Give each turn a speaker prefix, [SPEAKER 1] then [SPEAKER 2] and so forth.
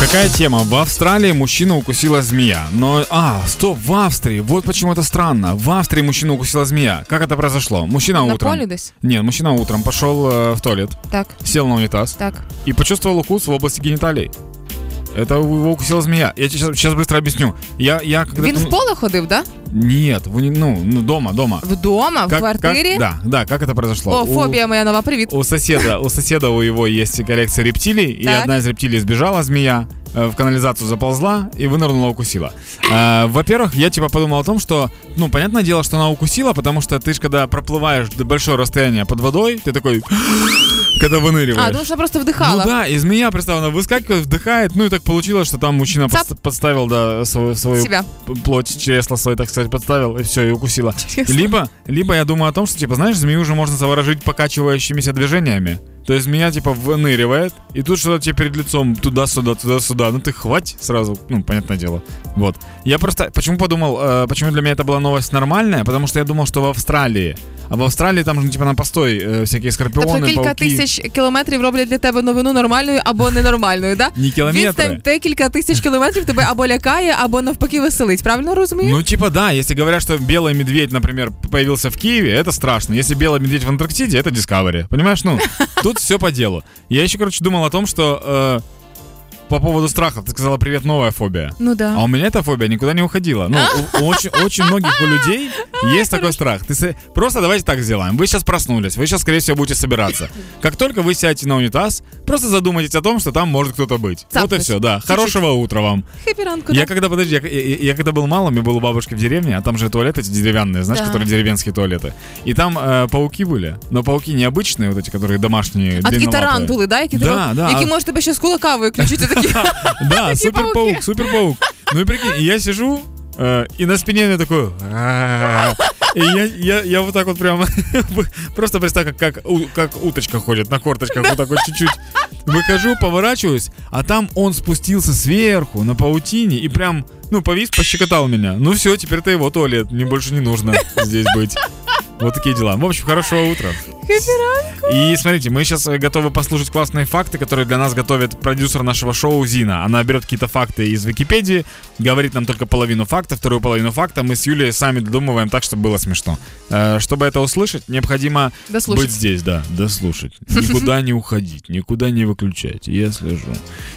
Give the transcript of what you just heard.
[SPEAKER 1] Какая тема? В Австралии мужчина укусила змея. Но, а, стоп, в Австрии. Вот почему это странно. В Австрии мужчина укусила змея. Как это произошло? Мужчина
[SPEAKER 2] На
[SPEAKER 1] утром.
[SPEAKER 2] полі десь?
[SPEAKER 1] Нет, мужчина утром пошел э, в туалет,
[SPEAKER 2] Так,
[SPEAKER 1] сел на унитаз
[SPEAKER 2] так.
[SPEAKER 1] и почувствовал укус в области гениталий. Это его укусила змея. Я тебе сейчас, быстро объясню. Я, я когда
[SPEAKER 2] Він в поле ходив, да?
[SPEAKER 1] Нет, в уни- ну, ну, дома, дома.
[SPEAKER 2] Вдома, А, в
[SPEAKER 1] Как-
[SPEAKER 2] квартирі.
[SPEAKER 1] как- да, да, как это произошло?
[SPEAKER 2] О,
[SPEAKER 1] У-
[SPEAKER 2] фобія моя нова, привіт.
[SPEAKER 1] У соседа, у соседа у его есть коллекция рептилий, и
[SPEAKER 2] Так.
[SPEAKER 1] одна из рептилий сбежала, змея, э, в канализацию заползла и вынырнула, укусила. Э, во-первых, я типа подумал о том, что, ну, понятное дело, что она укусила, потому что ты ж когда проплываешь до большое расстояние под водой, ты такой, когда
[SPEAKER 2] А,
[SPEAKER 1] выныриваешь.
[SPEAKER 2] тому що просто
[SPEAKER 1] ну
[SPEAKER 2] вдихала.
[SPEAKER 1] да, и змея, представь, она выскакивает, вдыхает, ну и так получилось, что там мужчина
[SPEAKER 2] Цап.
[SPEAKER 1] подс- подставил, да, свою, свою
[SPEAKER 2] Себя.
[SPEAKER 1] плоть чресла свой, так сказать, подставил, и все, и укусила.
[SPEAKER 2] Чресло.
[SPEAKER 1] Либо, либо я думаю о том, что, типа, знаешь, змею уже можно заворожить покачивающимися движениями. То есть меня, типа, выныривает, и тут что-то тебе перед лицом туда-сюда, туда-сюда. Ну ты хвать сразу, ну, понятное дело. Вот. Я просто, почему подумал, э, почему для меня это была новость нормальная, потому что я думал, что в Австралии, а в Австралии там же, типа, на постой э, всякие
[SPEAKER 2] Тобто
[SPEAKER 1] скорпионы,
[SPEAKER 2] кілька
[SPEAKER 1] пауки.
[SPEAKER 2] тисяч кілометрів роблять для тебе новину нормальною або ненормальною, да?
[SPEAKER 1] Не километры.
[SPEAKER 2] Відстань декілька тисяч кілометрів тебе або лякає, або навпаки веселить. Правильно розумію?
[SPEAKER 1] Ну, типа, да, если говорят, что белый медведь, например, появился в Киеве, это страшно. Если белый медведь в Антарктиде, это Discovery. Понимаешь, ну, тут все по делу. Я еще, короче, думал о том, что э, по поводу страха ты сказала «Привет, новая фобия».
[SPEAKER 2] Ну да.
[SPEAKER 1] А у меня эта фобия никуда не уходила. Ну,
[SPEAKER 2] А?
[SPEAKER 1] у- у очень, очень многих у людей есть такой страх. Ты с- Просто давайте так сделаем. Вы сейчас проснулись, вы сейчас, скорее всего, будете собираться. Как только вы сядете на унитаз, просто задумайтесь о том, что там может кто-то быть. Вот и
[SPEAKER 2] Цапнуть.
[SPEAKER 1] все, да.
[SPEAKER 2] Чуть-чуть.
[SPEAKER 1] Хорошего утра вам.
[SPEAKER 2] Хеппі ранку.
[SPEAKER 1] Я
[SPEAKER 2] да.
[SPEAKER 1] когда, подожди, я, я- я когда был малым, я был у бабушки в деревне, а там же туалеты эти деревянные, знаешь,
[SPEAKER 2] Да.
[SPEAKER 1] которые деревенские туалеты. И там э, пауки были, но пауки необычные, вот эти, которые домашние,
[SPEAKER 2] А такі
[SPEAKER 1] длиннолапые.
[SPEAKER 2] тарантули, да, які,
[SPEAKER 1] Да,
[SPEAKER 2] треба-
[SPEAKER 1] да.
[SPEAKER 2] які можете тебе ще з кулака виключити такі.
[SPEAKER 1] Да,
[SPEAKER 2] Такие
[SPEAKER 1] супер паук,
[SPEAKER 2] пауки.
[SPEAKER 1] супер паук. Ну и прикинь, и я сижу, э, и на спине я такой... «А-а-а». И я, я, я вот так вот прямо... Просто представь, как, как, у- как уточка ходит на корточках, вот так вот чуть-чуть. Выхожу, поворачиваюсь, а там он спустился сверху на паутине и прям, ну, повис, пощекотал меня. Ну все, теперь это его туалет, мне больше не нужно здесь быть. Вот такие дела. В общем, хорошего утра.
[SPEAKER 2] Хеппі ранку.
[SPEAKER 1] И смотрите, мы сейчас э, готовы послушать классные факты, которые для нас готовит продюсер нашего шоу Зина. Она берет какие-то факты из Википедии, говорит нам только половину факта, вторую половину факта мы с Юлей сами додумываем так, чтобы было смешно. Э, Чтобы это услышать, необходимо
[SPEAKER 2] Дослушать.
[SPEAKER 1] быть здесь, да, дослушать. Никуда не уходить, никуда не выключать, я слежу.